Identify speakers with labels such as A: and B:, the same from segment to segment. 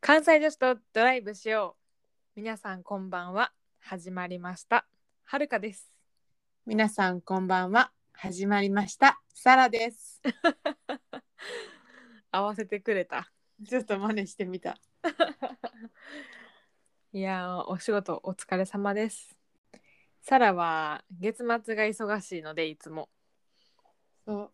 A: 関西女子とドライブしよう皆さんこんばんは始まりましたはるかです
B: 皆さんこんばんは始まりましたサラです
A: 合わせてくれた
B: ちょっと真似してみた
A: いやーお仕事お疲れ様ですサラは月末が忙しいのでいつも
B: そう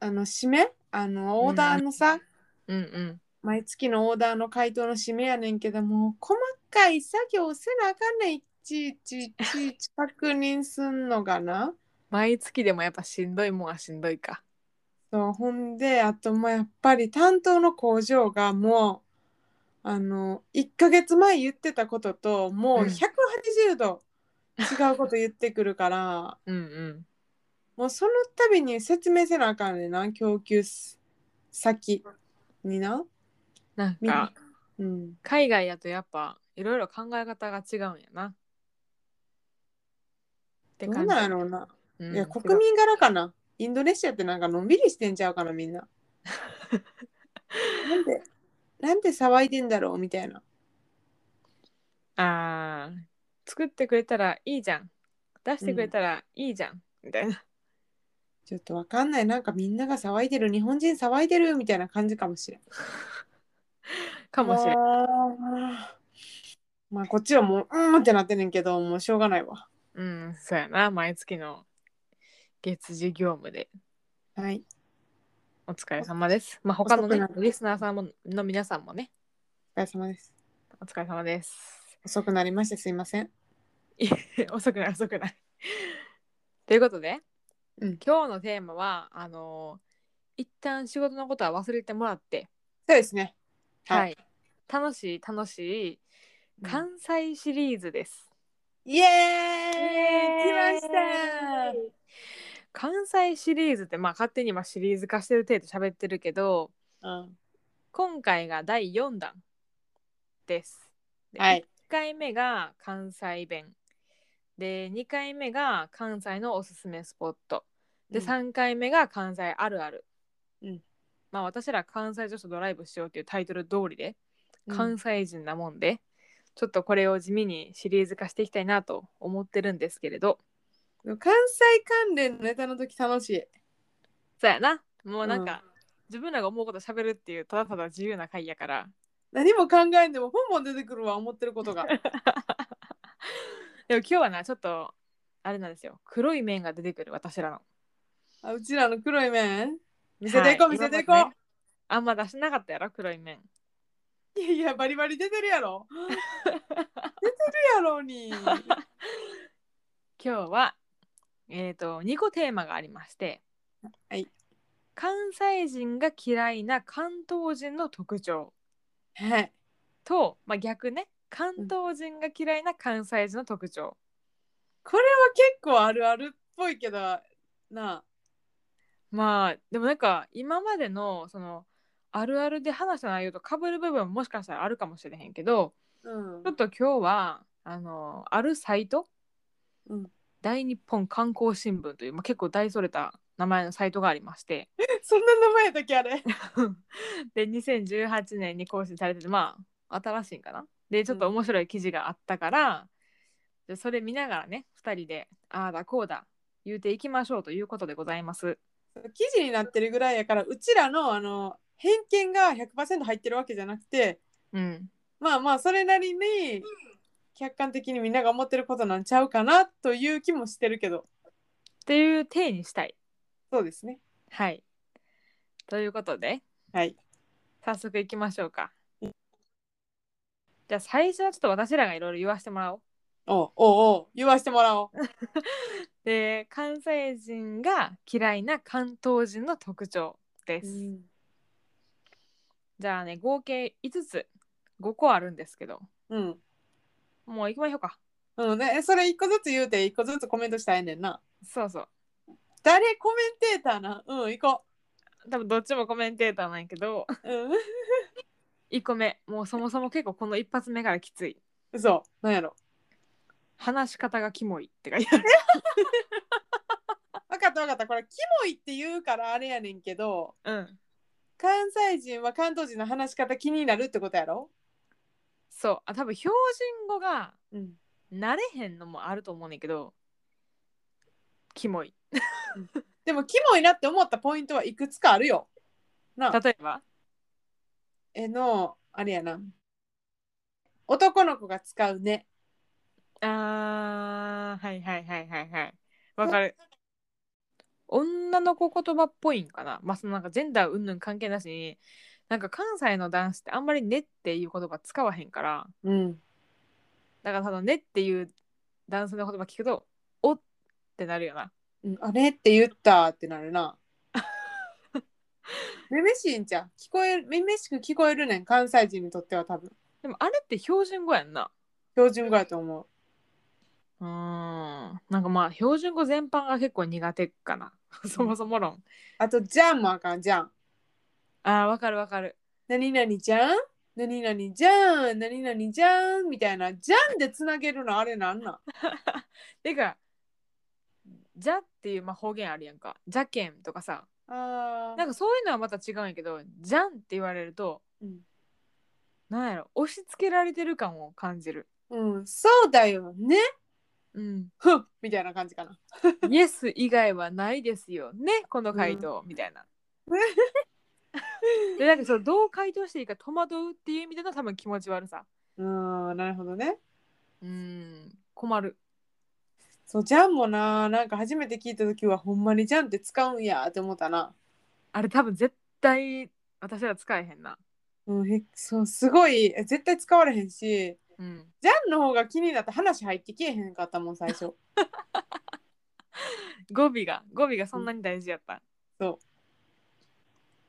B: あの締めあのオーダーのさ、
A: うんうん
B: 毎月のオーダーの回答の締めやねんけども細かい作業せなあかんねんいちいちいちいち確認すんのがな
A: 毎月でもやっぱしんどいもんはしんどいか
B: そうほんであともうやっぱり担当の工場がもうあの1ヶ月前言ってたことともううん180度違うこと言ってくるから、
A: うんうん
B: もうその度に説明せなあかんねんな供給す先にな。
A: なん
B: みんな
A: か
B: うん、
A: 海外やとやっぱいろいろ考え方が違うんやなって
B: どう
A: 感
B: な
A: じ
B: んやろうな。
A: うん
B: いや国民柄かな。インドネシアってなんかのんびりしてんちゃうかな みんな。なんでなんで騒いでんだろうみたいな。
A: あー作ってくれたらいいじゃん出してくれたらいいじゃん、みたいな
B: ちょっとわかんない。なんかみんなが騒いでる、日本人騒いでるみたいな感じかもしれん。
A: かもしれん
B: ん。まあこっちはもう、うーんってなってんねんけど、もうしょうがないわ。
A: うんそうやな毎月の月次業務で
B: はい。
A: お疲れ様ですまあ他のね
B: 遅くなる
A: リスナーさんもの皆さんもね
B: お疲れ様です。
A: お疲れ様です
B: 遅くなりましてすいません。
A: いえ遅くない遅くないということで、
B: うん
A: 今日のテーマはあのー一旦仕事のことは忘れてもらって
B: そうですね。
A: は
B: はい
A: い、楽しい楽しい関西シリーズです、
B: イエーイ来ました
A: 関西シリーズってまあ勝手に今シリーズ化してる程度喋ってるけど
B: うん
A: 今回が第4弾です。で
B: はい
A: 1回目が関西弁で2回目が関西のおすすめスポットで、3回目が関西あるある。
B: うん
A: まあ私ら関西女子ドライブしようっていうタイトル通りで
B: うん
A: 関西人なもんで、ちょっとこれを地味にシリーズ化していきたいなと思ってるんですけれど
B: うん関西関連のネタの時楽しい。
A: そうやなもうなんか、自分らが思うこと喋るっていうただただ自由な回やから
B: 何も考えんでも本も出てくるわ思ってる ことが。
A: でも今日はなちょっとあれなんですよ黒い面が出てくる私らの
B: あうちらの黒い面見せていこう、
A: はい
B: 見せていこう。
A: 今までねあんま出してなかったやろ黒い面
B: いやいやバリバリ出てるや ろ。出てるやろに。
A: 今日はえっ、と2個テーマがありまして
B: はい
A: 関西人が嫌いな関東人の特徴
B: はい。
A: と、まあ、逆ね関東人が嫌いな関西人の特徴、
B: これは結構あるあるっぽいけどなあ。
A: まあでもなんか今までのそのあるあるで話した内容と被る部分ももしかしたらあるかもしれへんけど
B: うん
A: ちょっと今日はあのあるサイト
B: うん、
A: 大日本観光新聞という、まあ、結構大それた名前のサイトがありまして
B: そんな名前やったっけあれ。
A: で2018年に更新されててまあ新しいんかなでちょっと面白い記事があったから、でそれ見ながらね2人でああだこうだ言うていきましょうということでございます。
B: 記事になってるぐらいやからうちらのあの偏見が100%入ってるわけじゃなくて
A: うん、
B: まあまあそれなりに客観的にみんなが思ってることなんちゃうかなという気もしてるけど
A: っていう体にしたい。
B: そうですね
A: はいということで
B: はい
A: 早速いきましょうか。じゃあ最初はちょっと私らがいろいろ言わせてもらおう。
B: おうおうおう言わしてもらおう
A: で関西人が嫌いな関東人の特徴です、じゃあね合計5つ5個あるんですけど
B: うん、
A: もう行きましょうか
B: うん、ねそれ一個ずつ言うて一個ずつコメントしたいねんな
A: そうそう
B: 誰コメンテーターなうん行こ
A: 多分どっちもコメンテーターなんやけど
B: ううん
A: 1個目もうそもそも結構この一発目からきつい
B: 嘘なんやろ
A: 話し方がキモいって書いてある
B: 分かった分かったこれキモいって言うからあれやねんけど
A: うん
B: 関西人は関東人の話し方気になるってことやろ
A: そうあ多分標準語が
B: うん、
A: 慣れへんのもあると思うねんけどキモい
B: でもキモいなって思ったポイントはいくつかあるよ。なあ
A: 例えば
B: えのあれやな男の子が使うね
A: あーはいはいはいはいはいわかる女の子言葉っぽいんかなまあそのなんかジェンダー云々関係なしになんか関西の男子ってあんまり「ね」っていう言葉使わへんから
B: うん
A: だからその「ね」っていう男性の言葉聞くと「おっ」ってなるよな
B: うんあれって言ったってな るなめめしいんじゃん聞こえるめめしく聞こえるねん関西人にとっては多分
A: でもあれって標準語やんな
B: 標準語やと思う
A: うーんなんかまあ標準語全般が結構苦手かな そもそも論
B: あとじゃんもあかんじゃん
A: あーわかるわかる
B: 何々じゃん何々じゃん何々じゃんみたいなじゃんでつなげるのあれなんなん
A: てか「じゃ」っていうまあ方言あるやんか「じゃけん」とかさな
B: あ
A: ん
B: か、
A: かそういうのはまた違うんやけど「じゃん」って言われると
B: うん
A: なんやろ押し付けられてる感を感じる
B: うん、そうだよね
A: うん
B: ふっみたいな感じかな
A: 「イエス」以外はないですよねこの回答、みたいなでなんかそのどう回答していいか戸惑うっていう意味での多分気持ち悪さ
B: うんなるほどね
A: うん困る
B: そうジャンもななんか初めて聞いた時はほんまにジャンって使うんやって思ったな、
A: あれ多分絶対私ら使えへんな
B: うん、へそうすごいえ絶対使われへんし
A: うん
B: ジャンの方が気になって話入ってきえへんかったもん最 初
A: 語尾が語尾がそんなに大事やった、
B: そう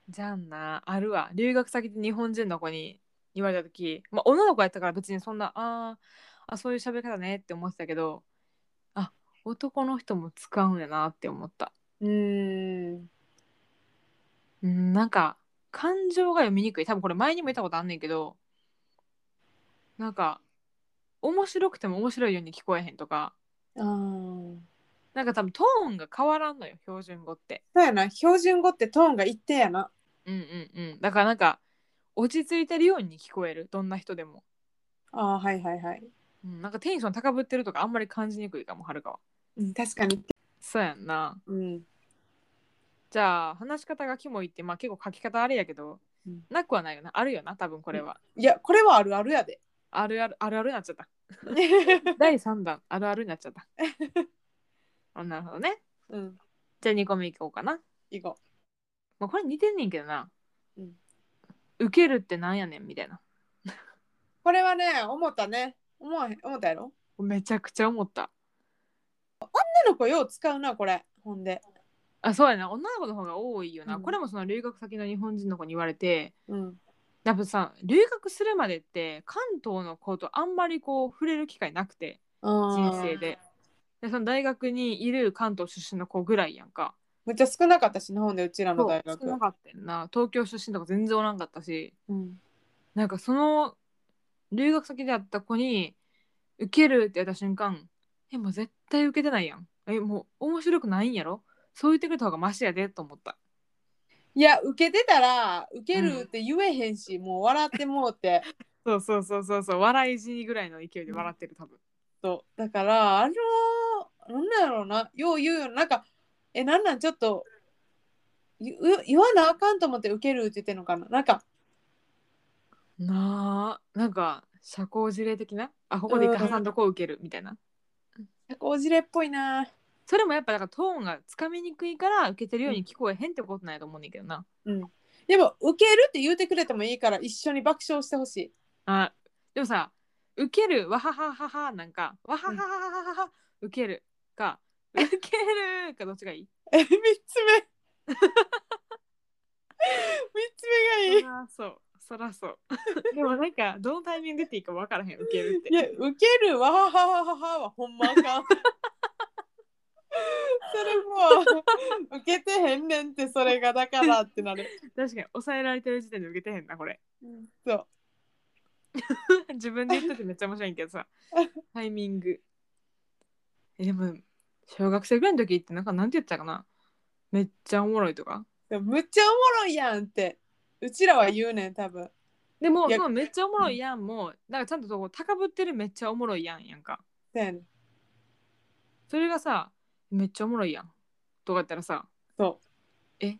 A: じゃんなあるわ留学先で日本人の子に言われた時、まあ、女の子やったから別にそんなあーあそういう喋り方ねって思ってたけどあ男の人も使うんやなって思った
B: うーん
A: うんなんか感情が読みにくい多分これ前にも言ったことあんねんけどなんか面白くても面白いように聞こえへんとか
B: あー
A: なんか多分トーンが変わらんのよ標準語って
B: そうやな標準語ってトーンが一定やな
A: うんうんうんだからなんか落ち着いてるように聞こえるどんな人でも、
B: あーはいはいはい、
A: うん、なんかテンション高ぶってるとかあんまり感じにくいかもはるかは
B: うん、確かに
A: そうやんな
B: うん
A: じゃあ話し方がキモいってまあ結構書き方あれやけど、
B: うん
A: なくはないよなあるよな多分これは、
B: いやこれはあるあるやで
A: あるあるあるあるになっちゃった第3弾あるあるになっちゃった あなるほどね
B: うん
A: じゃあ2個目いこうかな、
B: いこ
A: まあ、これ似てんねんけどな、
B: うん
A: 受けるってなんやねんみたいな
B: うこれはね思ったね思わへん思ったやろ
A: めちゃくちゃ思った
B: 女の子よう使うなこれほんで
A: あそうやな女の子の方が多いよな、
B: うん
A: これもその留学先の日本人の子に言われて
B: うん
A: やっぱさ留学するまでって関東の子とあんまりこう触れる機会なくて人
B: 人
A: 生ででその大学にいる関東出身の子ぐらいやんか
B: むっちゃ少なかったし日本でうちらの
A: そう
B: 大
A: 少な
B: 学
A: かったよな東京出身とか全然おらんかったし
B: うん
A: なんかその留学先であった子に「受ける」ってやった瞬間「えもう絶対受けてないやんえもう面白くないんやろそう言ってくれた方がマシやで」と思った
B: いや受けてたら受けるって言えへんし、もう笑ってもうて
A: そうそうそうそうそう笑い死ぐらいの勢いで笑ってる多分
B: そうだからあのーなんだろうなよう言うよなんかえなんなんちょっと言言わなあかんと思って受けるって言ってんのかななんか
A: なあなんか社交辞令的なあここで一回挟んどこう受けるみたいな
B: 社交辞令っぽいな
A: それもやっぱだからトーンがつかみにくいから受けてるように聞こえへんってことないと思うねんだけどな、
B: うんでも受けるって言うてくれてもいいから一緒に爆笑してほしい
A: あでもさ受けるわははははなんかわはははははは受けるか受けるかどっちがいい
B: え3つ目三つ目がいい
A: そらそうそらそう でもなんかどのタイミングでっていいか分からへん受けるって
B: いや、ウケるわはははははほんまあかん。それもう、ウケてへんねんって、それがだからってなる。
A: 確かに抑えられてる時点で受けてへんなこれ
B: そう。
A: 自分で言っててめっちゃ面白いんけど さタイミングえでも小学生ぐらいの時ってなんかなんて言ってたかなめっちゃおもろいとか
B: でもむっちゃおもろいやんって、うちらは言うねん、多分。
A: でも
B: いや
A: そのめっちゃおもろいやんもうなんかちゃんとそこ高ぶってるめっちゃおもろいやんやんか
B: そうやねん
A: それがさめっちゃおもろいやんとかやったらさ
B: そ う
A: っ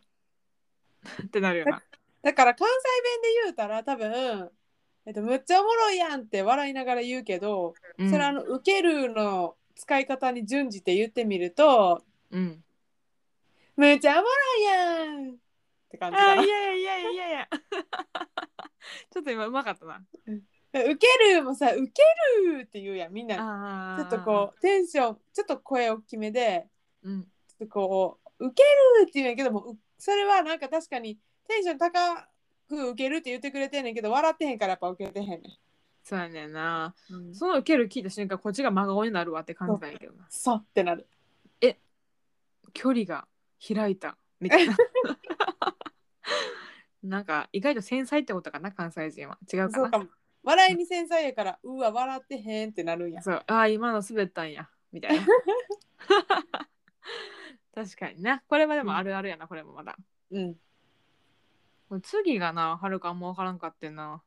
A: てなるよ な
B: だから関西弁で言うたら多分、えっと、むっちゃおもろいやんって笑いながら言うけど、
A: うん
B: それあの受けるの使い方に準じて言ってみると
A: うん
B: むっちゃおもろいやんって感じ
A: あ
B: か
A: ー。
B: ない
A: やいやいやいやい やちょっと今うまかったな
B: 受けるもさ受けるって言うやんみんな
A: あ
B: ちょっとこうテンションちょっと声大きめで
A: ううん
B: ちょっとこう受けるって言うんやけどもうそれはなんか確かにテンション高く受けるって言ってくれてんねんけど笑ってへんからやっぱ受けてへんねん。
A: そうやねんな
B: うん
A: その受ける聞いた瞬間こっちが真顔になるわって感じなんやけどな
B: そうってなる。
A: 距離が開いたみたいな なんか意外と繊細ってことかな関西人は違うか
B: そ
A: な
B: うかも。笑いに繊細やから、うわ、笑ってへんってなるんや。
A: そうああ今の滑ったんやみたいな 確かになこれはでもあるあるやな、これもまだ
B: うん。
A: これ次がなはるかあんま分からんかってんな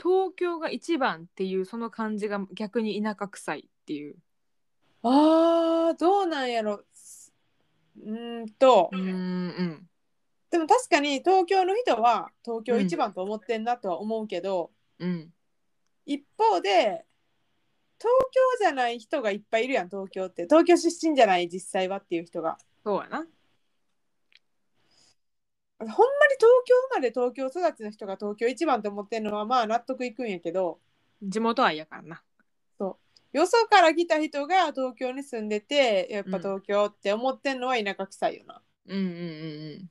A: 東京が一番っていうその感じが逆に田舎臭いっていう
B: あー、どうなんやろ。うーんと
A: う、んうん
B: でも確かに東京の人は東京一番と思ってんなとは思うけど、
A: うん
B: 一方で、東京じゃない人がいっぱいいるやん、東京って。東京出身じゃない、実際はっていう人が。
A: そうやな
B: ほんまに東京生まれ東京育ちの人が東京一番と思ってんのはまあ納得いくんやけど、
A: 地元愛やからな
B: よそから来た人が東京に住んでてやっ
A: うん
B: ぱ東京って思ってんのは田舎臭いよな、
A: うんうんうんうん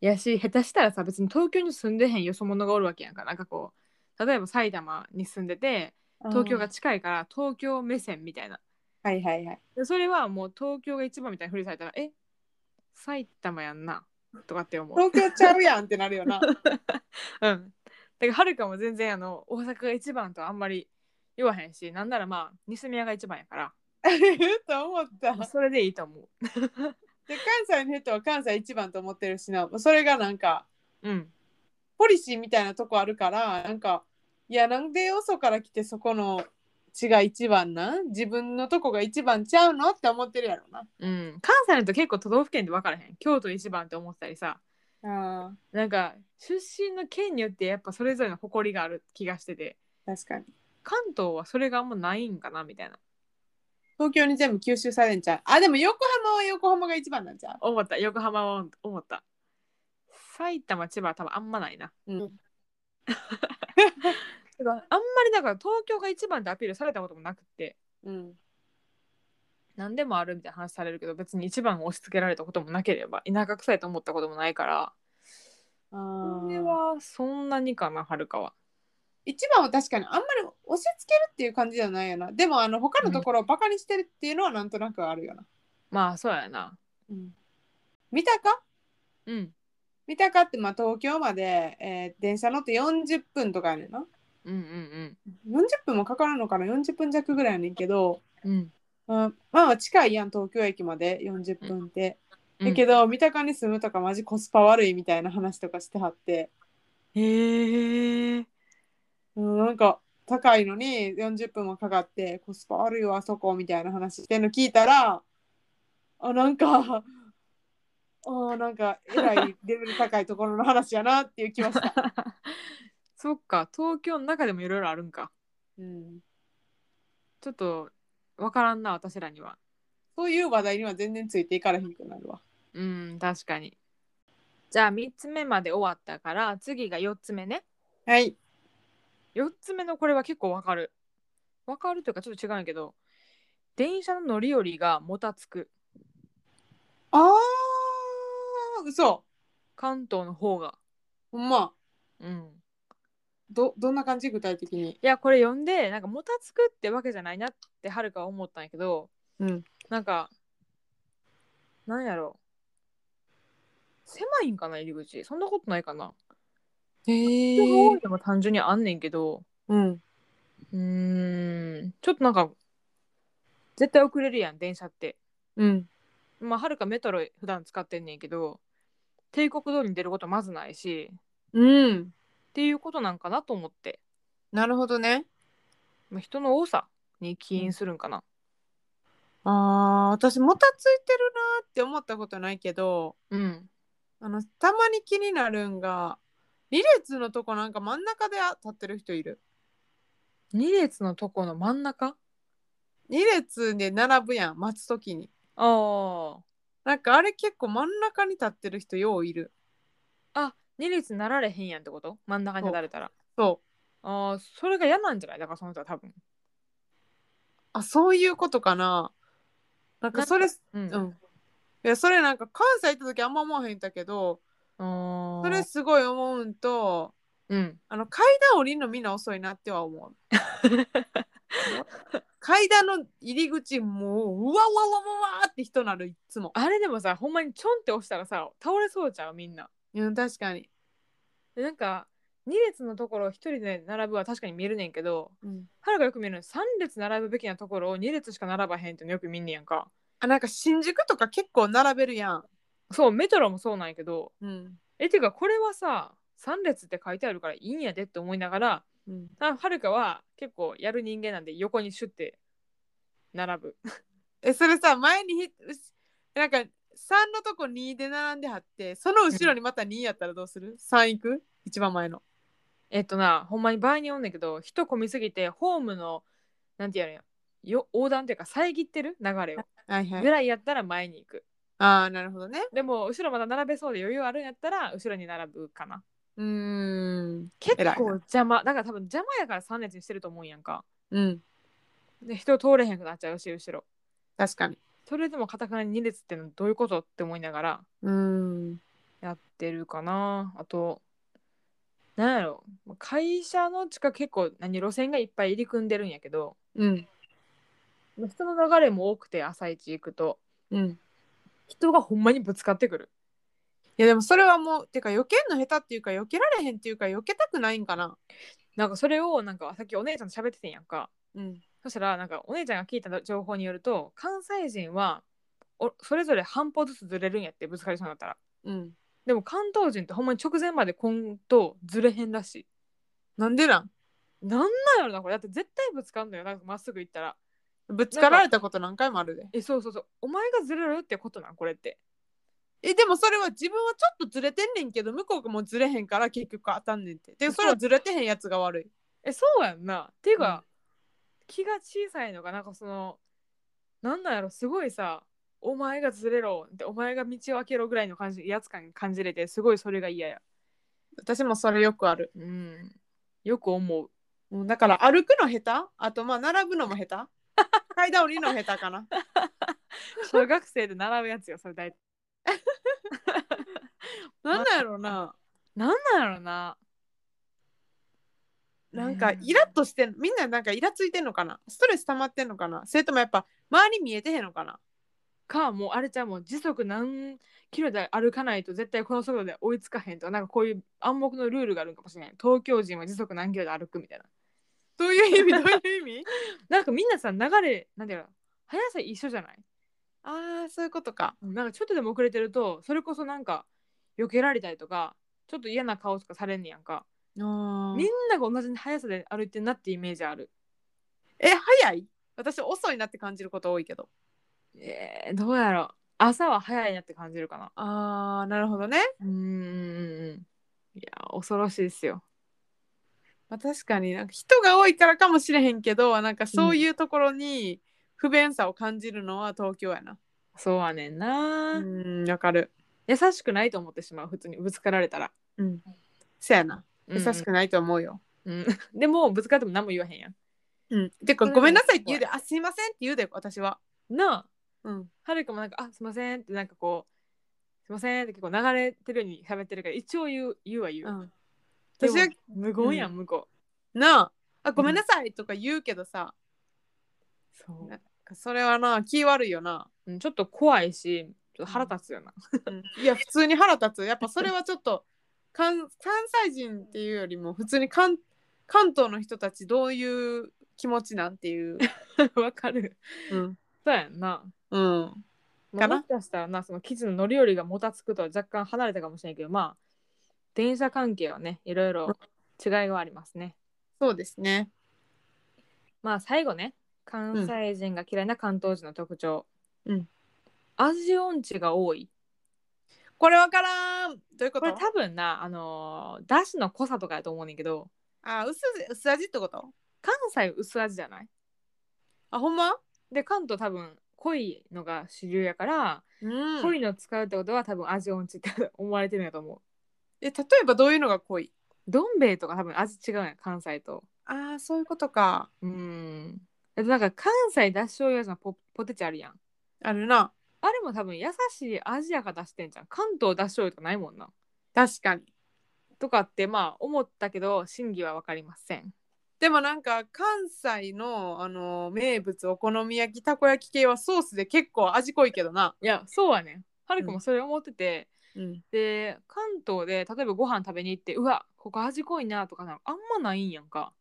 A: やし下手したらさ別に東京に住んでへんよそ者がおるわけやんかなんかこう例えば埼玉に住んでて東京が近いから東京目線みたいな
B: はいはいはい
A: でそれはもう東京が一番みたいなふりされたらえ埼玉やんなとかって思う
B: 東京ちゃうやんってなる よ
A: う
B: な
A: んだからはるかも全然あの大阪が一番とあんまり言わへんしなんならまあ西宮が一番やから
B: と思った
A: もうそれでいいと思
B: で関西の人は関西一番と思ってるしなそれがなんか
A: ううん
B: ポリシーみたいなとこあるからなんかいやなんでよそから来てそこの血が一番なん自分のとこが一番ちゃうのって思ってるやろな
A: うん関西の人結構都道府県で分からへん京都一番って思ったりさ
B: あ
A: なんか出身の県によってやっぱそれぞれの誇りがある気がしてて
B: 確かに
A: 関東はそれがあんまないんかなみたいな
B: 東京に全部吸収されんちゃうあでも横浜は横浜が一番なんちゃう
A: 思った横浜は思った埼玉千葉は多分あんまないな
B: うん
A: てかあんまりだから東京が一番ってアピールされたこともなくって
B: うん
A: 何でもあるみたいな話されるけど別に一番を押し付けられたこともなければ田舎臭いと思ったこともないから
B: あ
A: これ
B: ー
A: はそんなにかなはるかは
B: 一番は確かにあんまり押し付けるっていう感じじゃないよなでもあの他のところをバカにしてるっていうのはなんとなくあるよな、
A: まあそうやな
B: 三鷹
A: うん
B: 三鷹ってまあ東京まで、えー電車乗って40分とかやねんな
A: うんうん
B: 40分もかからんのかな40分弱ぐらいやねんけど、
A: うんうん
B: うん、まあまあ近いやん東京駅まで40分って、
A: うん
B: だけど三鷹に住むとかマジコスパ悪いみたいな話とかしてはって、
A: へえ
B: うん、なんか高いのに40分もかかってコスパ悪いわあそこみたいな話してんの聞いたらあなんかあなんかえらいレベル高いところの話やなっていう気はした、
A: そっか東京の中でもいろいろあるんか
B: うん、
A: ちょっと分からんな私らには
B: そういう話題には全然ついていからへんくなるわ
A: うん確かにじゃあ3つ目まで終わったから次が4つ目ね
B: はい
A: 4つ目のこれは結構わかるわかるというかちょっと違うんやけど電車の乗り降りがもたつく
B: あー嘘
A: 関東の方が
B: ほんま
A: うん
B: どどんな感じ具体的に
A: いやこれ読んでなんかもたつくってわけじゃないなってはるかは思ったんやけど
B: うん
A: なんかなんやろ狭いんかな入り口そんなことないかな
B: へ
A: 人が多
B: え
A: いのも単純にあんねんけど
B: うん
A: うーんちょっとなんか絶対遅れるやん電車って
B: うん
A: まあはるかメトロ普段使ってんねんけど帝国通りに出ることまずないし
B: うん
A: っていうことなんかなと思って、
B: なるほどね。
A: まあ、人の多さに起因するんかな。
B: ああ、私もたついてるなーって思ったことないけど、
A: うん。
B: あのたまに気になるんが2列のとこなんか真ん中で立ってる人いる。
A: 二列のとこの真ん中
B: 2列で並ぶやん待つ時に。
A: ああ。
B: なんかあれ結構真ん中に立ってる人よういる。
A: あ、二列なられへんやんってこと真ん中に立たれたら。
B: そう。
A: ああ、それが嫌なんじゃないだからその人は多分。
B: あそういうことかな。なんかそれ
A: うん。
B: うん。いやそれなんか関西行った時あんま思わへんだけど
A: ああ。
B: それすごい思うんと
A: うん。
B: あの階段降りるのみんな遅いなっては思う階段の入り口もううわうわうわうわーって人なるいっつも
A: あれでもさ、ほんまにちょんって押したらさ、倒れそうじゃん、みんな。
B: うん確かに、
A: でなんか、二列のところを一人で並ぶは確かに見えるねんけど、
B: うん、
A: はるかよく見るのに3列並ぶべきなところを2列しか並ばへんっていうのよく見んねやんか。
B: あなんか新宿とか結構並べるやん、
A: そう、メトロもそうなんやけど、
B: うん
A: え、てかこれはさ、3列って書いてあるからいいんやでって思いながら、
B: うん、
A: あはるかは結構やる人間なんで横にシュッて並ぶ。
B: えそれさ前にひうしなんか3のとこ2で並んではってその後ろにまた2やったらどうする ?3 行く一番前の
A: えっとな、ほんまに場合によんねんけど、人混みすぎてホームの、なんてやるんや、よ横断っていうか遮ってる流れを。
B: はいは
A: ぐ
B: い
A: らいやったら前に行く。
B: ああなるほどね
A: でも、後ろまだ並べそうで余裕あるんやったら、後ろに並ぶかな。
B: うーん
A: 結
B: 偉い
A: 構
B: な
A: 邪魔。だから多分邪魔やから3列にしてると思うんやんか。
B: うん
A: で、人通れへんくなっちゃうし、後ろ。
B: 確かに
A: それでも片くなに2列ってのどういうことって思いながら
B: うーん
A: やってるかな。あと、なんやろ、会社の近く結構何路線がいっぱい入り組んでるんやけど、
B: うん
A: 人の流れも多くて朝一行くと、
B: うん
A: 人がほんまにぶつかってくる。
B: いやでもそれはもうてか避けんの下手っていうか避けられへんっていうか避けたくないんかな。
A: なんかそれをなんかさっきお姉ちゃんと喋っててんやんか。
B: うん。
A: そしたらなんかお姉ちゃんが聞いた情報によると関西人はおそれぞれ半歩ずつずれるんやってぶつかりそうになったら。
B: うん。
A: でも関東人ってほんまに直前までこんとずれへんらしい。
B: なんでなん
A: なんなんやろなこれだって絶対ぶつかんのよなんかまっすぐ行ったら
B: ぶつかられたこと何回もあるで。
A: えそうそうそうお前がずれるってことなんこれって
B: えでもそれは自分はちょっとずれてんねんけど向こうがもうずれへんから結局当たんねんて。でそれはずれてへんやつが悪い。
A: えそうやんなっていうか、気が小さいのかなんかそのなんなんやろすごいさお前がずれろってお前が道を開けろぐらいの感じやつ感感じれてすごいそれが嫌や
B: 私もそれよくある。
A: うんよく思う
B: うん、だから歩くの下手あとまあ並ぶのも下手 階段降りるの下手かな。
A: 小学生で習うやつよそれ 大体
B: なんなんやろうな。
A: なんなんやろな
B: なんか
A: ねえ
B: イラッとしてんみんななんかイラついてんのかなストレス溜まってんのかなそれともやっぱ周り見えてへんのかな
A: かもうあれちゃんもう時速何キロで歩かないと絶対この速度で追いつかへんとかなんかこういう暗黙のルールがあるんかもしれない東京人は時速何キロで歩くみたいな
B: どういう意味どういう意味
A: なんかみんなさ流れなんていうの速さ一緒じゃない
B: ああそういうことか。
A: なんかちょっとでも遅れてるとそれこそなんか避けられたりとかちょっと嫌な顔とかされんねやんか
B: み
A: みんなが同じ速さで歩いてんなってイメージある
B: え早い私遅いなって感じること多いけど。
A: えー、どうやろう朝は早いなって感じるかな
B: ああなるほどね。
A: うーんいや恐ろしいですよ
B: まあ、確かになんか人が多いからかもしれへんけどなんかそういうところに不便さを感じるのは東京やな。
A: そうはねん
B: う
A: な、
B: んわかる。
A: 優しくないと思ってしまう普通にぶつかられたら
B: うん。せやな。優し
A: く、
B: くないと思うよ。
A: うん、でもぶつかっても何も言わへんやん
B: うん。てか
A: それ
B: ごめんなさいって
A: すごい
B: 言うで「あすいません」って言うで私は。
A: なあ
B: うん。
A: はるかもなんか「あすいません」ってなんかこう「すいません」って結構流れてるように喋ってるから一応言う言うは言う、
B: うん、
A: でも
B: 私は
A: 無言やん、
B: う
A: 向こ
B: なああごめんなさいとか言うけどさ、
A: うそう
B: な、それはな気悪いよな。
A: うん、ちょっと怖いしちょっと腹立つよな、
B: いや普通に腹立つやっぱそれはちょっと 関関西人っていうよりも普通に関関東の人たちどういう気持ちなんていう、
A: わかる
B: うん
A: そうやんな
B: うん、
A: まあ
B: かな
A: もしかしたらなその記事の乗り降りがもたつくとは若干離れたかもしれんけどまあ電車関係はねいろいろ違いはありますね。
B: そうですね。
A: まあ最後ね関西人が嫌いな関東人の特徴、
B: うん
A: 味音痴が多い
B: これわからん。どういうこ
A: ことれ多分なあのー、だしの濃さとかやと思うねんけど
B: あ薄薄味ってこと
A: 関西薄味じゃない
B: あほんま
A: で関東多分濃いのが主流やから、
B: うん
A: 濃いの使うってことは多分味音痴って思われてるんやと思う
B: え例えばどういうのが濃い
A: どん兵衛とか多分味違うんや関西と
B: ああそういうことか。
A: うんだってなんか関西だし醤油味のポポテチあるやん
B: あるな。
A: あれも多分優しい味やから出してんじゃん関東だし醤油とかないもんな
B: 確かに。
A: とかってまあ思ったけど真偽は分かりません
B: でもなんか関西の、あの名物お好み焼きたこ焼き系はソースで結構味濃いけどな。
A: いやそうはねはるく
B: うん
A: もそれ思ってて、
B: うん、
A: で関東で例えばご飯食べに行ってうわここ味濃いなとかなんかあんまないんやんか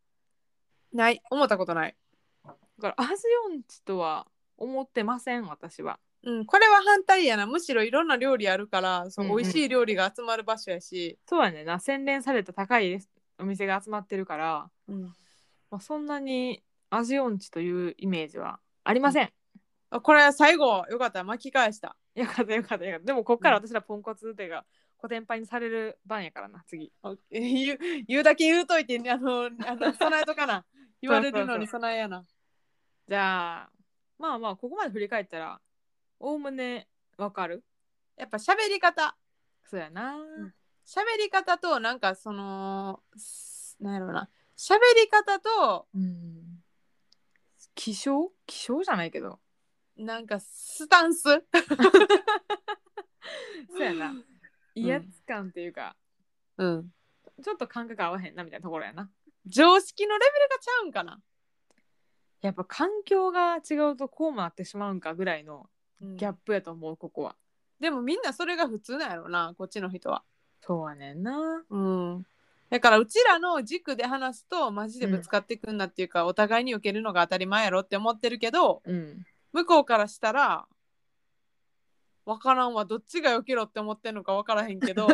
B: ない思ったことない。
A: だから味音痴とは思ってません私は
B: うん、これは反対やなむしろいろんな料理あるからそう
A: うんうん
B: 美味しい料理が集まる場所やし、
A: そうやねんな洗練された高いレスお店が集まってるから、
B: うん
A: まあ、そんなに味音痴というイメージはありません、
B: あこれ最後よかった巻き返した
A: よかったよかったよかったでもこっから私らポンコツてがコテンパンにされる番やからな次
B: あえ言う言うだけ言うといてあのあの備えとか な言われるのに備えやな
A: じゃあまあまあここまで振り返ったらおおむねわかる
B: やっぱ喋り方
A: そうやな、
B: 喋り方となんかそのすなんやろうな喋り方と
A: うん気象気象じゃないけど
B: なんかスタンス
A: そうやな威圧感っていうか、
B: うん
A: ちょっと感覚合わへんなみたいなところやな
B: 常識のレベルがちゃうんかな、
A: やっぱ環境が違うとこうもなってしまうんかぐらいの
B: うん
A: ギャップやと思うここは
B: でもみんなそれが普通なんやろうなこっちの人は
A: そうやねんな
B: うんだからうちらの軸で話すとマジでぶつかってくんなっていうか、お互いに受けるのが当たり前やろって思ってるけど
A: うん
B: 向こうからしたら分からんわどっちがよけろって思ってんのか分からへん けど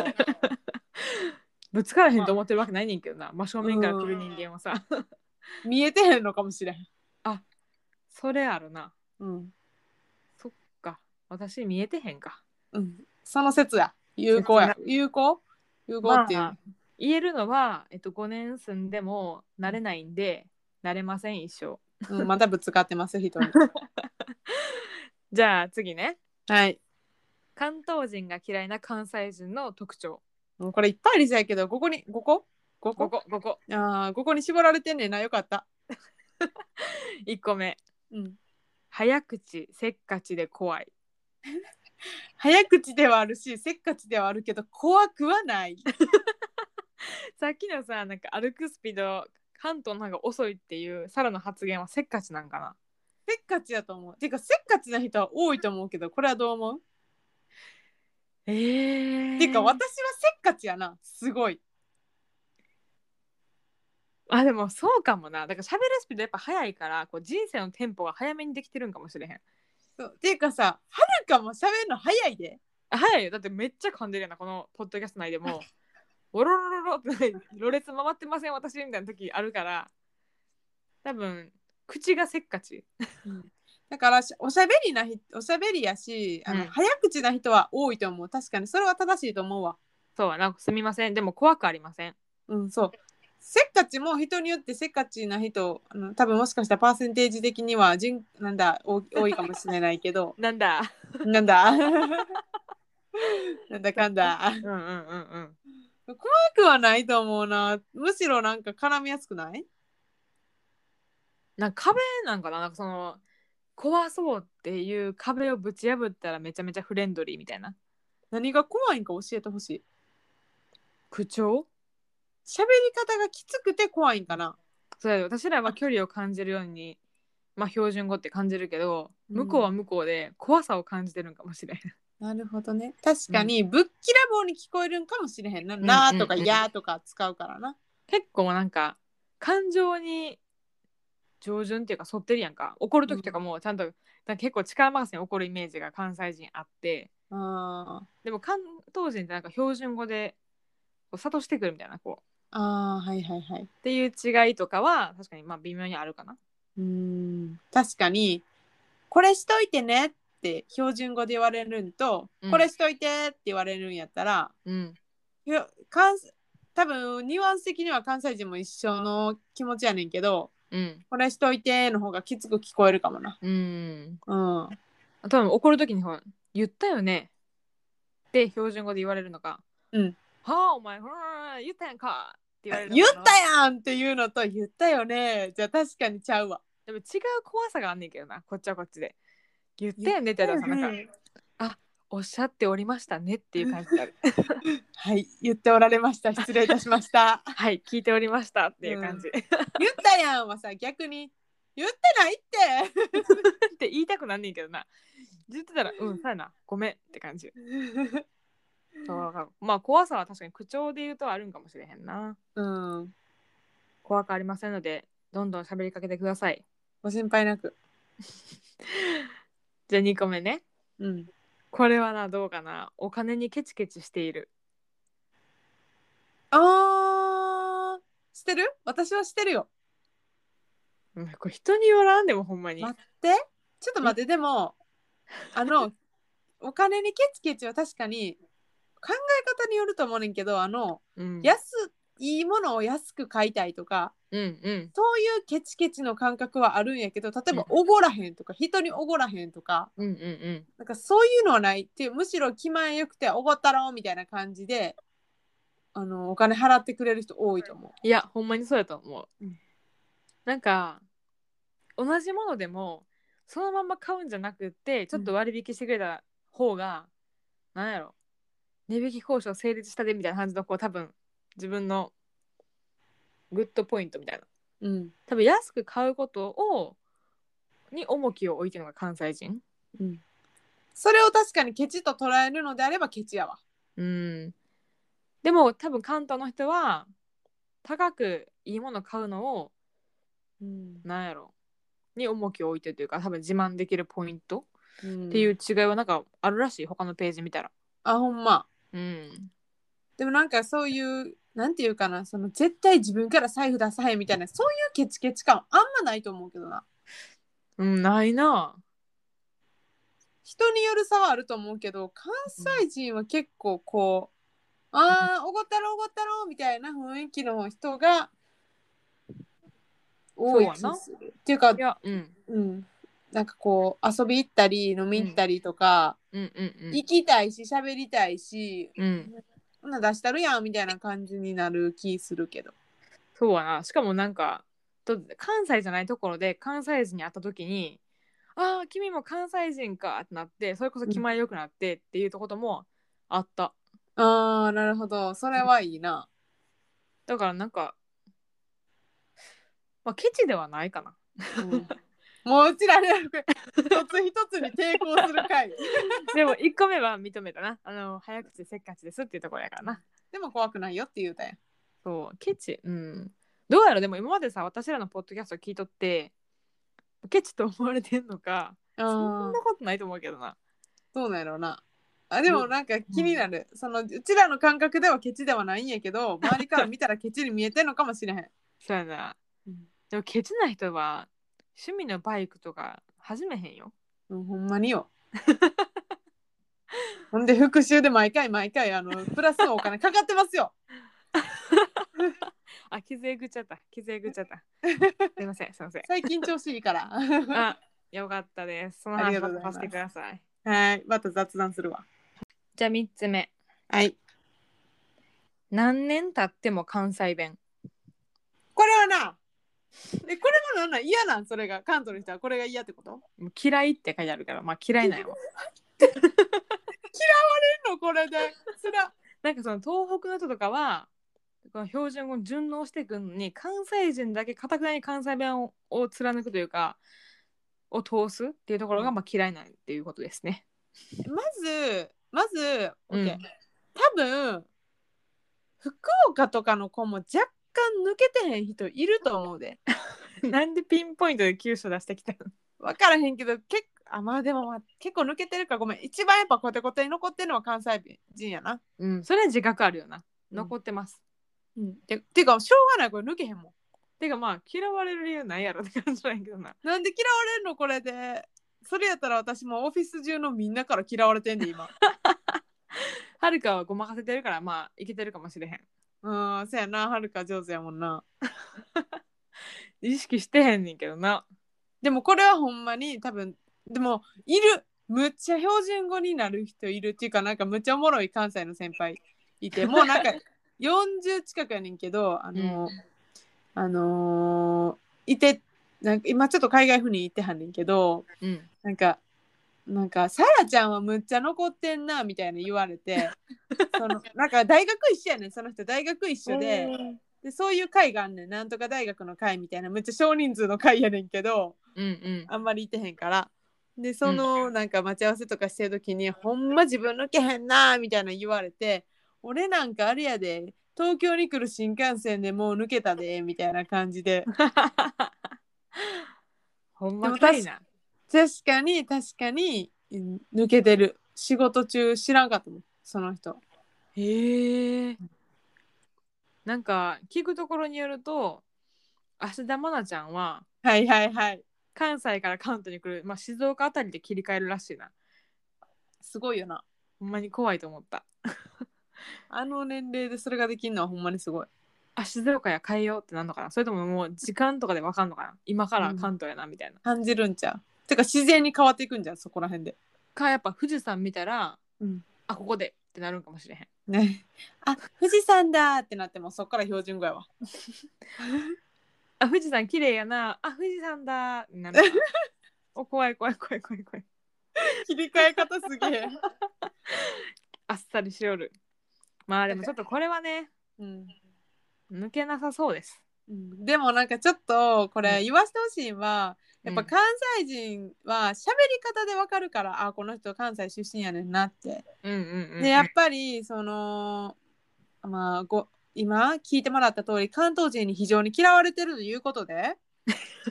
A: ぶつからへんと思ってるわけないねんけどな真正面から来る人間はさ
B: 見えてへんのかもしれん、
A: それあるな
B: うん
A: そっか私見えてへんか
B: うん、その説や有効や有効有効っていう、
A: まあ言えるのは、えっと、5年住んでも慣れないんで慣れません一生
B: うん、またぶつかってます人に
A: じゃあ次ね
B: はい
A: 関東人が嫌いな関西人の特徴
B: もうこれいっぱいありそうやけどここに5個5個
A: ここここ
B: あーここに絞られてんねんなよかった、
A: 1個目
B: うん、
A: 早口せっかちで怖い
B: 早口ではあるしせっかちではあるけど怖くはない
A: さっきのさなんか歩くスピード関東の方が遅いっていうサラの発言はせっかちなんかな
B: せっかちやと思うてかせっかちな人は多いと思うけどこれはどう思う、
A: えー、
B: てか私はせっかちやなすごい
A: あでもそうかもなだから喋るスピードやっぱ早いからこう人生のテンポが早めにできてるんかもしれへん
B: そうてかさはるかも喋るの早いで
A: あ早いよだってめっちゃ噛んでるやなこのポッドキャスト内で も「おろろろろ」ってろれつ回ってません私みたいな時あるから多分口がせっかち
B: だからしおしゃべりなひおしゃべりやしあの、
A: うん
B: 早口な人は多いと思う確かにそれは正しいと思うわ
A: そうはなすみませんでも怖くありません
B: うんそうせっかちも人によってせっかちな人あの多分もしかしたらパーセンテージ的にはじんなんだ多多いかもしれないけど
A: なんだ
B: なんだ なんだかんだ
A: うんうんうんうん
B: 怖くはないと思うなむしろなんか絡みやすくない
A: なんか壁なんかななんかその怖そうっていう壁をぶち破ったらめちゃめちゃフレンドリーみたいな
B: 何が怖いんか教えてほしい
A: 口調
B: 喋り方がきつくて怖いんかな
A: そうやで私らは距離を感じるようにまあ標準語って感じるけど
B: うん
A: 向こうは向こうで怖さを感じてるんかもしれん
B: なるほどね確かにぶっきらぼうに聞こえるんかもしれへんな「
A: ん
B: な」とか「
A: うんうん
B: や」とか使うからな
A: 結構なんか感情に上順っていうか沿ってるやんか怒る時とかもちゃんと、なんか結構力任せに怒るイメージが関西人あって
B: あ
A: でも関東人ってなんか標準語でこう諭してくるみたいなこう
B: ああはいはいはい
A: ていう違いとかは確かにまあ微妙にあるかな。
B: うん確かにこれしといてねって標準語で言われるんと、
A: うん
B: これしといてって言われるんやったら
A: うん、
B: いや関西多分ニュアンス的には関西人も一緒の気持ちやねんけど
A: うん、
B: これしといての方がきつく聞こえるかもな
A: うん。
B: うん
A: 多分怒る時にほら言ったよねって標準語で言われるのか。
B: うん。
A: はあお前ほら言ったやんかって言われる
B: 言
A: の
B: っ
A: かな
B: たやんっていうのと言ったよねじゃあ確かにちゃうわ
A: でも違う怖さがあんねんけどなこっちはこっちで。言ったよねって言ったらさなんかおっしゃっておりましたねっていう感じになる。
B: はい言っておられました失礼いたしました
A: はい聞いておりましたっていう感 じ。っ
B: 言ったやんはさ逆に言ってないって
A: て言いたくなんねんけどな言ってたらうんさやなごめんって感じ。そうだからまあ怖さは確かに口調で言うとあるんかもしれへんな。
B: うん
A: 怖くありませんのでどんどん喋りかけてください。
B: ご心配なく
A: じゃあ2個目ね。
B: うん
A: これはなどうかなお金にケチケチしている。
B: あーしてる私はしてるよ
A: うんこれ人によらんでもほんまに。
B: 待ってちょっと待ってでもあのお金にケチケチは確かに考え方によると思うねんけどあの
A: うん、
B: 安いいものを安く買いたいとか
A: うんうん
B: そういうケチケチの感覚はあるんやけど例えば
A: う
B: おごらへんとか人におごらへんとか
A: うんうんうん
B: なんかそういうのはないっていうむしろ気前よくておごったろうみたいな感じであのお金払ってくれる人多いと思う。
A: いやほんまにそうやと思う。
B: うん
A: なんか同じものでもそのまんま買うんじゃなくってちょっと割引してくれた方が、なんやろ値引き交渉成立したでみたいな感じのこう多分自分のグッドポイントみたいな
B: うん
A: 多分安く買うことをに重きを置いてるのが関西人。
B: うん、それを確かにケチと捉えるのであればケチやわ。
A: うん、でも多分関東の人は高くいいもの買うのを
B: うん
A: なんやろに重きを置いてるというか多分自慢できるポイント
B: っ
A: っていう違いはなんかあるらしい他のページ見たら。
B: あほんま
A: うん、
B: でもなんかそういうなんていうかなその絶対自分から財布出さへんみたいなそういうケチケチ感あんまないと思うけどな
A: うん、ないな。
B: 人による差はあると思うけど関西人は結構こう、ああおごったろおごったろみたいな雰囲気の人が多い気
A: そうやな
B: するっていうか
A: いや、うん、
B: うんなんかこう遊び行ったり飲み行ったりとか、
A: うんうん
B: 行きたいし喋りたいし
A: うん。うん、
B: こんなん出したるやんみたいな感じになる気するけど
A: そうやな。しかもなんかと関西じゃないところで関西人に会った時に「ああ君も関西人か」ってなってそれこそ気前よくなってっていうこともあった。
B: ああなるほどそれはいいな
A: だからなんか、まあ、ケチではないかな。
B: もううちらね一つ一つに抵抗する回
A: でも1個目は認めたな。あの早口でせっかちですっていうところやからな。
B: でも怖くないよって言うたやん
A: そう、ケチ。うん。どうやらでも今までさ、私らのポッドキャスト聞いとって、ケチと思われてんのか、そんなことないと思うけどな。
B: どうなんやろうなあでもなんか気になる、そのうちらの感覚ではケチではないんやけど周りから見たらケチに見えてんのかもしれへん、
A: そうやな。でもケチな人は趣味のバイクとか始めへんよ。
B: うん、ほんまによ ほんで復習で毎回毎回あのプラスのお金かかってますよ
A: あ、傷えぐっちゃった。傷えぐっちゃ った。すいません、すいません。
B: 最近調子いいから
A: あ、よかったです。その
B: あり
A: 話
B: がと
A: を
B: うございま
A: さ
B: す
A: せてください。
B: はいまた雑談するわ
A: じゃあ3つ目。
B: はい
A: 何年経っても関西弁
B: これはなえこれもなんなん嫌なんそれが関東の人はこれが嫌ってこと
A: もう嫌いって書いてあるからまあ嫌いなんよ
B: えのこれでそれは
A: なんかその東北の人とかはこの標準語に順応していくのに関西人だけかたくなに関西弁をを貫くというかを通すっていうところがまあ嫌いなんっていうことですね。
B: まずまず、
A: うん
B: OK 多分福岡とかの子も若干抜けてへん人いると思うで
A: なんでピンポイントで九州出してきたの
B: 分からへんけど結構あまあでも、まあ、結構抜けてるからごめん一番やっぱコテコテに残ってるのは関西人やな
A: うんそれは自覚あるよな残ってます。うん、
B: てていうかしょうがないこれ抜けへんもん
A: てかまあ嫌われる理由ないやろって感じなんやけどな。
B: なんで嫌われるのこれでそれやったら私もうオフィス中のみんなから嫌われてんで今
A: はるかはごまかせてるからまあいけてるかもしれへん。
B: うんそやなはるか上手やもんな
A: 意識してへんねんけどな。
B: でもこれはほんまに多分でもいるむっちゃ標準語になる人いるっていうかなんかむっちゃおもろい関西の先輩い てもうなんか40近くやねんけどあの、あのーいてなんか今ちょっと海外赴任行ってはんねんけど
A: うん。
B: なんかなんか「さらちゃんはむっちゃ残ってんな」みたいな言われて そのなんか大学一緒やねんその人大学一緒で。でそういう会があんねんなんとか大学の会みたいなめっちゃ少人数の会やねんけど
A: うん うん。
B: あんまりいてへんからでそのなんか待ち合わせとかしてる時に、ほんま自分抜けへんなーみたいな言われて俺なんかあれやで東京に来る新幹線でもう抜けたでみたいな感じで
A: ほんまかいな。
B: 確かに確かにうん抜けてる仕事中知らんかったもんその人
A: へえ。なんか聞くところによると芦田愛菜ちゃんは
B: はいはいはい
A: 関西から関東に来る、まあ、静岡あたりで切り替えるらしいな。
B: すごいよな
A: ほんまに怖いと思った。
B: あの年齢でそれができるのはほんまにすごい
A: あ静岡や変えようってなんのかなそれとももう時間とかでわかんのかな今から関東やなみたいな。
B: 感じるんちゃうてか自然に変わっていくんじゃんそこら辺で
A: かやっぱ富士山見たら、
B: うん
A: あここでってなるんかもしれへん。
B: ねあ富士山だーってなってもそっから標準語やわ
A: あ富士山綺麗やなあ富士山だーなんか お怖い怖い怖い怖い怖い
B: 切り替え方すげえ、
A: あっさりしおるまあでもちょっとこれはね
B: うん
A: 抜けなさそうです
B: うん、でもなんかちょっとこ
A: う
B: れ
A: ん
B: 言わしてほしいんは、やっぱ
A: うん
B: 関西人は喋り方でわかるから、あこの人関西出身やねんなって、
A: うんうんうんうん
B: でやっぱりそのまあご今聞いてもらった通り関東人に非常に嫌われてるというこ とで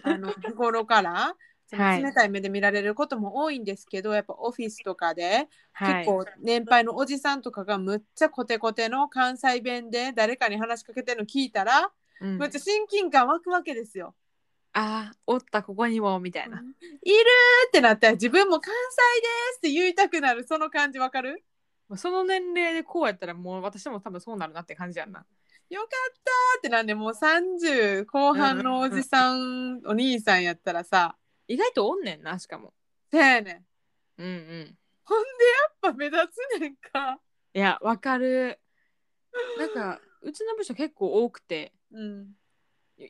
B: あの日頃からその
A: はい
B: 冷たい目で見られることも多いんですけど、やっぱオフィスとかで
A: はい
B: 結構年配のおじさんとかがむっちゃコテコテの関西弁で誰かに話しかけてるの聞いたら、
A: うん
B: むっちゃ親近感湧くわけですよ。
A: あーおったここにもみたい
B: いる
A: な
B: ーってなったら自分も関西ですって言いたくなるその感じわかる
A: その年齢でこうやったらもう私も多分そうなるなって感じやんな
B: よかったーってなんでもう30後半のおじさんお兄さんやったらさ
A: 意外とおんねんなしかも
B: せやねんやっ
A: うんうん
B: ぱ目立つねんか。
A: いやわかるなんかうちの部署結構多くて
B: うん、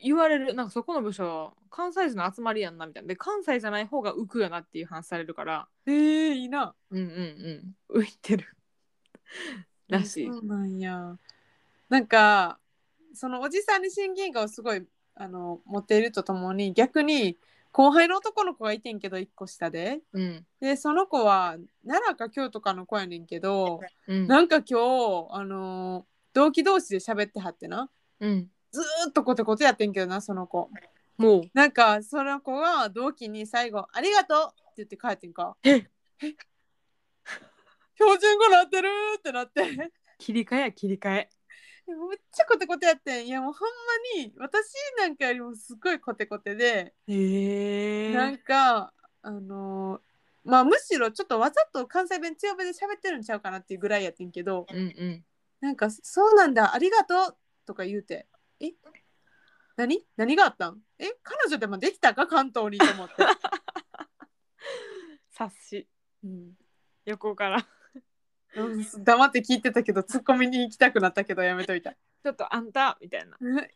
A: 言われるなんかそこの部署関西人の集まりやんなみたいなで関西じゃない方が浮くよなっていう話されるから
B: えー、いいな。
A: うんうんうん浮いてるらしい
B: そうなんや。なんかそのおじさんに親近感をすごいあの持っているとともに逆に後輩の男の子がいてんけど1個下で
A: うん
B: でその子は奈良か京都かの子やねんけど
A: うん
B: なんか今日あの同期同士で喋ってはってな
A: うん
B: ずーっとコテコテやってんけどなその子
A: もう
B: なんかその子が同期に最後「ありがとう!」って言って帰ってんか
A: え
B: え標準語なってるーってなって
A: 切り替えや切り替え
B: でもめっちゃコテコテやってんいやもうほんまに私なんかよりもすごいコテコテで、
A: へえ
B: なんかあのーまあむしろちょっとわざと関西弁強めで喋ってるんちゃうかなっていうぐらいやってんけど
A: うんうん
B: なんか「そうなんだありがとう」とか言うて「え何何があったんえ彼女でもできたか関東に」と思って、
A: 察し
B: うん
A: 横から
B: うん黙って聞いてたけどツッコミに行きたくなったけどやめといた
A: ちょっとあんたみたいな
B: 「えー、ちょっ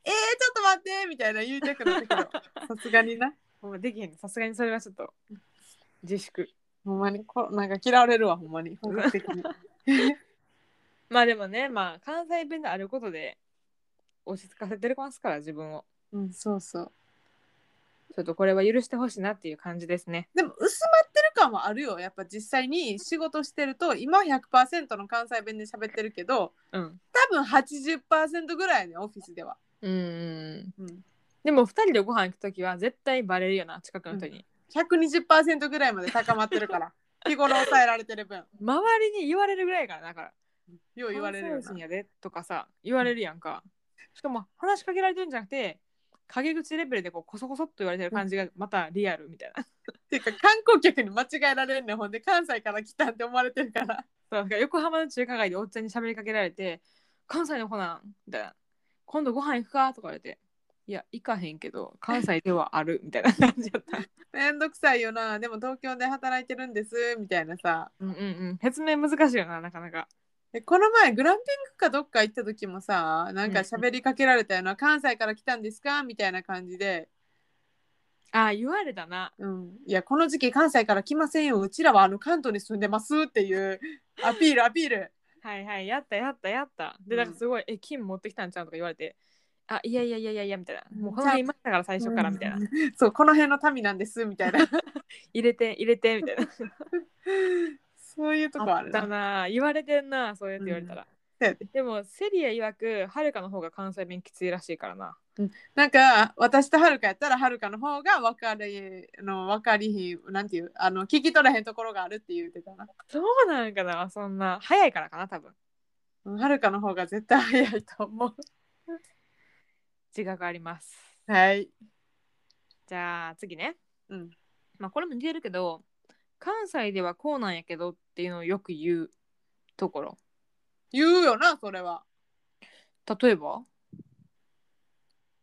B: と待って」みたいな言いたくなったけどさすがにな。
A: ほんまできへんさすがにそれはちょっと自粛
B: ほんまにこなんか嫌われるわほんま に本格的に
A: まあでもねまあ関西弁であることで落ち着かせてますから自分を
B: うんそうそう
A: ちょっとこれは許してほしいなっていう感じですね
B: でも薄まってる感はあるよやっぱ実際に仕事してると今は100%の関西弁で喋ってるけど
A: うん
B: 多分80%ぐらいやねオフィスでは、
A: うん
B: うん、
A: でも2人でご飯行く時は絶対バレるよな近くの人に、
B: 120%ぐらいまで高まってる から日頃抑えられてる分
A: 周りに言われるぐらいやからだから
B: よう言われるよ
A: 関西
B: な
A: 人やでとかさ言われるやんか、しかも話しかけられてるんじゃなくて陰口レベルでこうコソコソっと言われてる感じがまたリアルみたいな。
B: ていうか観光客に間違えられんねんほんで関西から来たんって思われてるから
A: そうだから横浜の中華街でおっちゃんに喋りかけられて「関西の子なん?」みたいな「今度ご飯行くか?」とか言われて「いや行かへんけど関西ではある」 みたいな感じだった。
B: めんどくさいよなでも東京で働いてるんですみたいなさ
A: うんうんうん、説明難しいよななかなか。
B: えこの前グランピングかどっか行った時もさなんか
A: うんうん
B: 喋りかけられたような、関西から来たんですかみたいな感じで、
A: ああ言われたな。
B: うん、いやこの時期関西から来ませんようちらはあの関東に住んでますっていうアピールアピール
A: はいはいやったやったやった。でなんかすごい「え金持ってきたんちゃうん?」とか言われて「あいやいやいやいやいや」みたいな「もうこの辺いましたから最初から」みたいな
B: うんそうこの辺の民なんですみたいな
A: 「入れて入れて」みた いな。
B: そういうとこあ
A: っ
B: るな
A: たな言われてんなそうやって言われたら。
B: そうやで
A: でもセリア曰くはるかの方が関西弁きついらしいからな。
B: なんか私とはるかやったらはるかの方が分かりあの分かりひんなんていうあの聞き取れへんところがあるって言ってたな
A: そうなんかなそんな早いからかな多分。
B: うんはるかの方が絶対早いと思
A: 自覚あります。
B: うはい、
A: じゃあ次ね。
B: うん、
A: まあこれも似てるけど関西ではこうなんやけどっていうのをよく言うところ
B: 言うよなそれは
A: 例えば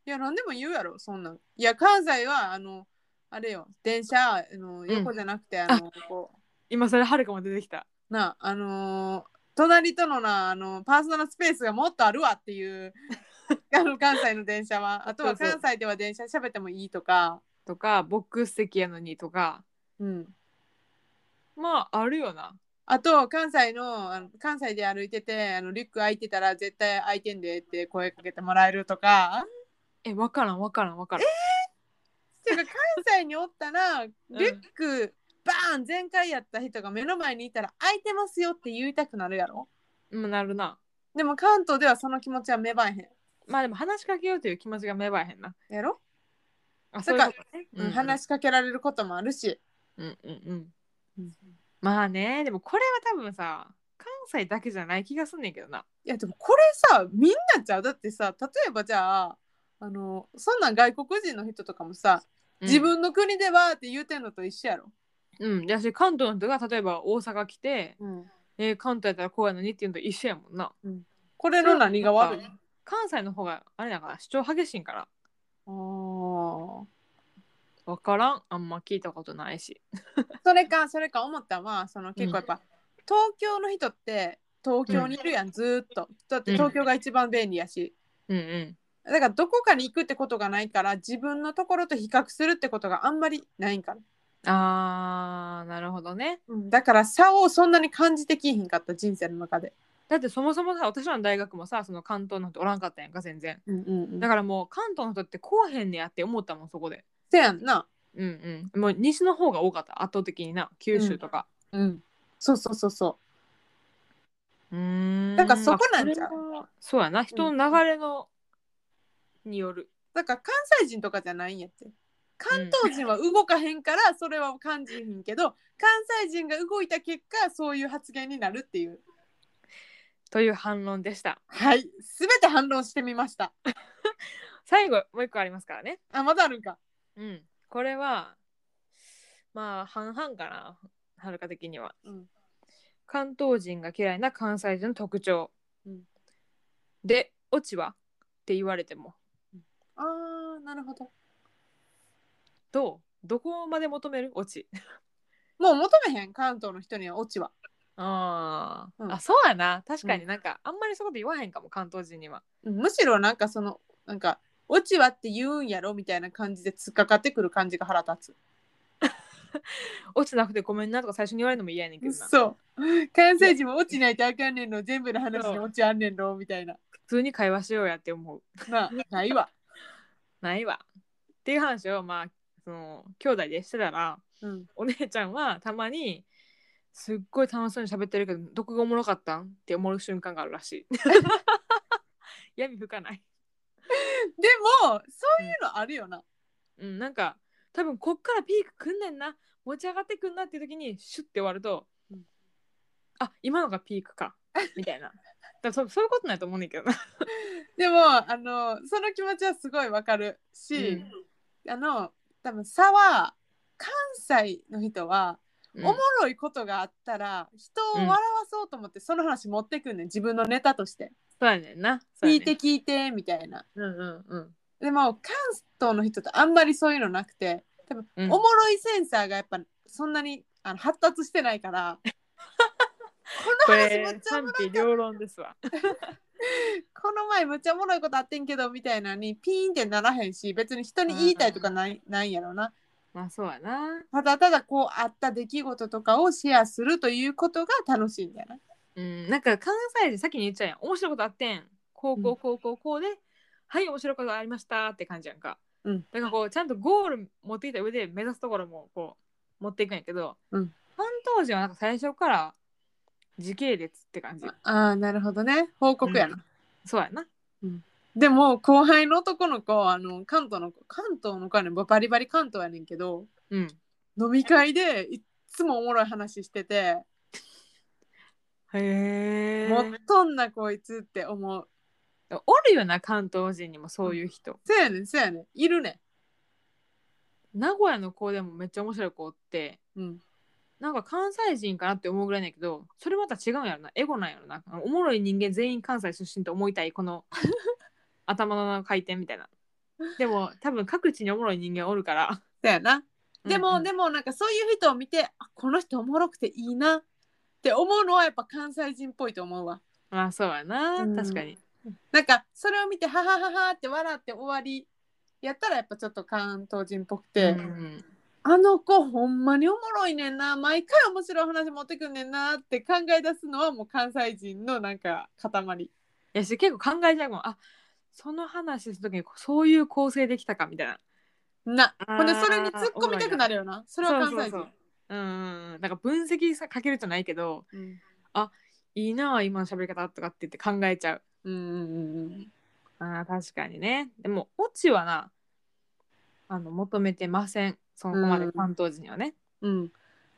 B: いや何でも言うやろそんなんいや関西はあのあれよ電車あの
A: ん
B: 横じゃなくて、あのこ
A: 今それはるかも出てきた
B: うなあのー隣とのなあのパーソナルスペースがもっとあるわっていう あの関西の電車はあとは
A: そうそう
B: 関西では電車喋ってもいいとか
A: とかボックス席やのにとか
B: うん
A: まああるよな
B: あと関西のあの関西で歩いててあのリュック開いてたら絶対開いてんでって声かけてもらえるとか
A: えわからんわからんわからん
B: ていうか関西におったらリュックバーン全開やった人が目の前にいたら開いてますよって言いたくなるやろ
A: うんなるな
B: でも関東ではその気持ちは芽生えへ
A: まあでも話しかけようという気持ちが芽生えへんなん
B: やろ、
A: あ
B: そ
A: そうう
B: か
A: いうことね
B: うん、話しかけられることもあるし
A: うんうんうん、
B: うん
A: まあねでもこれは多分さ関西だけじゃない気がすんねんけどない
B: やでもこれさみんなちゃうだってさ例えばじゃああのそんなん外国人の人とかもさ、
A: うん
B: 自分の国ではって言うてんのと一緒やろ、
A: うんだし関東の人が例えば大阪来て、
B: うん、
A: えー関東やったらこうやのにっていうのと一緒やもんな
B: これの何が悪い
A: そう関西の方があれだから主張激しいんから
B: あー
A: 分からんあんま聞いたことないし
B: それかそれか思ったのはその結構やっぱ、東京の人って東京にいるやん、ずーっとだって東京が一番便利やし、
A: うんうん
B: だからどこかに行くってことがないから自分のところと比較するってことがあんまりないんかな、
A: あーなるほどね
B: だから差をそんなに感じてきひんかった人生の中で、
A: だってそもそもさ私らの大学もさその関東の人おらんかったやんか全然
B: うんうんうん、
A: だ
B: だ
A: か
B: から
A: らもう関東の人ってこうへんねやって思ったもんそこで
B: せやんな、
A: うんうんもう西の方が多かった圧倒的にな九州とか
B: うん、そうそうそうそう
A: うーん
B: なんかそこなんちゃ
A: まあ
B: う
A: これはそうやな人の流れの、による
B: だから関西人とかじゃないんやって関東人は動かへんからそれは感じひんけど、関西人が動いた結果そういう発言になるっていう
A: という反論でした
B: はい全て反論してみました
A: 最後もう一個ありますからね
B: あまだあるんか
A: うん、これはまあ半々かなはるか的には、
B: うん
A: 関東人が嫌いな関西人の特徴、
B: うん
A: で「オチは?」って言われても
B: あーなるほど
A: どうどこまで求めるオチ
B: もう求めへん関東の人にはオチは
A: あー、
B: うん
A: あそうやな確かになんか、あんまりそういうこと言わへんかも関東人には
B: うんむしろなんかそのなんかオチはって言うんやろみたいな感じで突っかかってくる感じが腹立
A: 「オチなくてごめんな」とか最初に言われるのも嫌やねんけど
B: つ
A: な
B: そう関西人もオチないとあかんねんの全部の話にオチあんねんのみたいな
A: 普通に会話しようやって思う
B: なないわ
A: ないわっていう話をまあその兄弟でしてたら
B: うん
A: お姉ちゃんはたまにすっごい楽しそうに喋ってるけどどこがおもろかったんって思う瞬間があるらしい闇深ない、
B: でもそういうのあるよな、
A: うん、なんか多分こっからピークくんねんな持ち上がってくんなっていう時にシュッて終わると、
B: うん
A: あ今のがピークかみたいならそそういうことないと思うねんけどな。
B: でもあのその気持ちはすごいわかるし、あの多分差は関西の人
A: う
B: は、
A: ん
B: おもろいことがあったら人を笑わそうと思ってその話持ってくんねん自分のネタとして、
A: そうやねんな。そう
B: 聞
A: やね
B: い
A: ん
B: て聞いてみたいな
A: うんうんうん
B: でも関東の人ってあんまりそういうのなくて多分、
A: うん
B: おもろいセンサーがやっぱそんなにあの発達してないからこ
A: こ
B: の話むっ
A: れ
B: ちゃおも
A: 賛否両論ですわ。
B: この前むっちゃおもろいことあってんけどみたいなのにピーンってならへんし別に人に言いたいとかない,、ないんやろうな
A: まあそうやな。
B: ただただこうあった出来事とかをシェアするということが楽しいんじゃない
A: うん、なんか関西で先に言っちゃうやん。面白いことあってん。こうこうこうこうこうで、はい、面白いことありましたって感じやんか。
B: うん
A: だからこう、ちゃんとゴール持ってきた上で目指すところもこう、持っていくんやけど、
B: うん
A: 関東人はなんか最初から時系列って感じ。
B: ああなるほどね報告やな、
A: そうやな。
B: でも後輩の男の子あの関東の子関東の子はねバリバリ関東やねんけど
A: うん。
B: 飲み会でいっつもおもろい話してて
A: へえ。
B: 持っとんなこいつって思う
A: おるよな、関東人にもそういう人。
B: せやねんせやねんいるね
A: 名古屋の子でもめっちゃ面白い子って、
B: んうん
A: なんか関西人かなって思うぐらいなんやけどそれまた違うんやろなエゴなんやろなおもろい人間全員関西出身と思いたいこの 頭の回転みたいなでも多分各地におもろい人間おるから
B: せやな でも、
A: ね
B: でもなんかそういう人を見てあこの人おもろくていいなって思うのはやっぱ関西人っぽいと思うわ
A: まあそうやな、
B: うん
A: 確かに
B: なんかそれを見てハハハハって笑って終わりやったらやっぱちょっと関東人っぽくて、
A: うん
B: あの子ほんまにおもろいねんな毎回面白い話持ってくんねんなって考え出すのはもう関西人のなんか塊
A: いやし結構考えちゃうもんあその話する時にそういう構成できたかみたいな
B: な
A: あー
B: ほんでそれに突っ込みたくなるよなそれは関西人
A: そうそうそううんなんか分析さかけるじゃないけど
B: うん
A: いいなあ今の喋り方とかって言って考えちゃう
B: うんうんうん
A: あー確かにねでもオチはなあの求めてませんそこまで関東人はね、
B: うんうん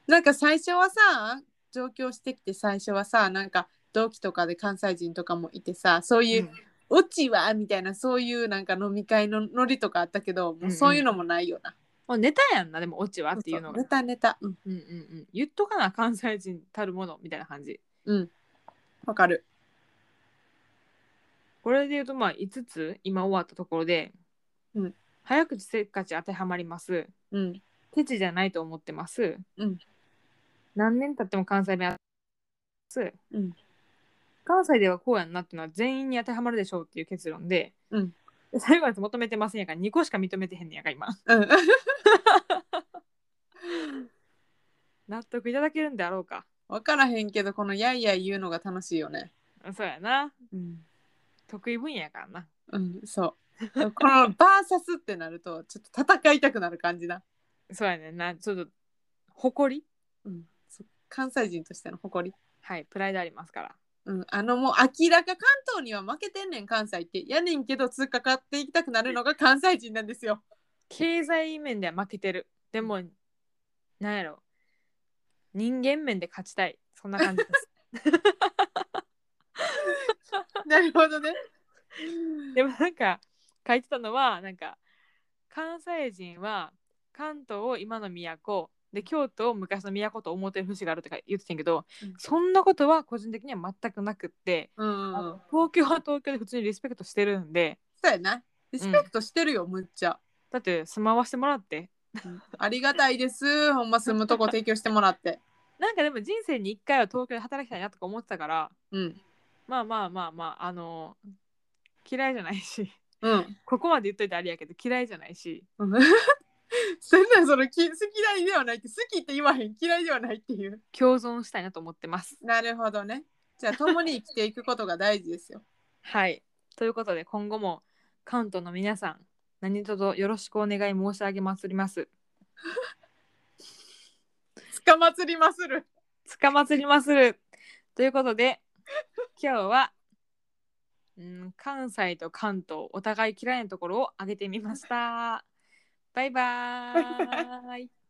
B: なんか最初はさ上京してきて最初はさなんか同期とかで関西人とかもいてさそういうオチはみたいなそういうなんか飲み会のノリとかあったけど、もうそういうのもないよな。
A: もうネタやんなでもオチはっていうのが
B: ネタネタ。うん。
A: うんうんうん、言っとかな関西人たるものみたいな感じ
B: うん。わかる。
A: これで言うとまあ5つ今終わったところで、
B: うん
A: 早口せっかち当てはまります
B: うん。
A: ケチじゃないと思ってます、
B: うん
A: 何年経っても関西弁あます
B: うん。
A: 関西ではこうやんなっていうのは全員に当てはまるでしょうっていう結論で、
B: うん
A: で最後のやつ求めてませんやから2個しか認めてへんねやから 今
B: うん。
A: 納得いただけるんであろうか
B: わからへんけど、このやいやい言うのが楽しいよね。
A: そうやな
B: うん。
A: 得意分野やからな
B: うん、そう。このバーサスってなると、ちょっと戦いたくなる感じだ。
A: そうやねんなちょっと誇り
B: うん。そう関西人としての誇り。
A: はいプライドありますから
B: うん、あのもう明らか関東には負けてんねん関西ってやねんけど通過かっていきたくなるのが関西人なんですよ。
A: 経済面では負けてるでもなんやろ人間面で勝ちたいそんな感じです
B: なるほどね。
A: でもなんか書いてたのはなんか関西人は関東を今の都で京都を昔の都と思ってる節があるとか言ってたんやけど、
B: うん
A: そんなことは個人的には全くなくって
B: うん、うん。
A: 東京は東京で普通にリスペクトしてるんで
B: そうやな。リスペクトしてるよ、むっちゃ。
A: だって住まわしてもらって
B: ありがたいです。ほんま住むとこ提供してもらって。
A: なんかでも人生に1回は東京で働きたいなとか思ってたから
B: うん。
A: まあまあまあまああの嫌いじゃないし
B: うん。
A: ここまで言っといてありやけど嫌いじゃないし
B: そんなそのき好き嫌いではないって好きって言わへん嫌いではないっていう。
A: 共存したいなと思ってます。
B: なるほどね。じゃあ共に生きていくことが大事ですよ。
A: はい。ということで今後も関東の皆さん何卒よろしくお願い申し上げますります。
B: つかまつりまする。
A: つかまつりまする。ということ で今日はうん関西と関東お互い嫌いなところを挙げてみました。バイバ
B: バ
A: ー
B: イ
A: イ。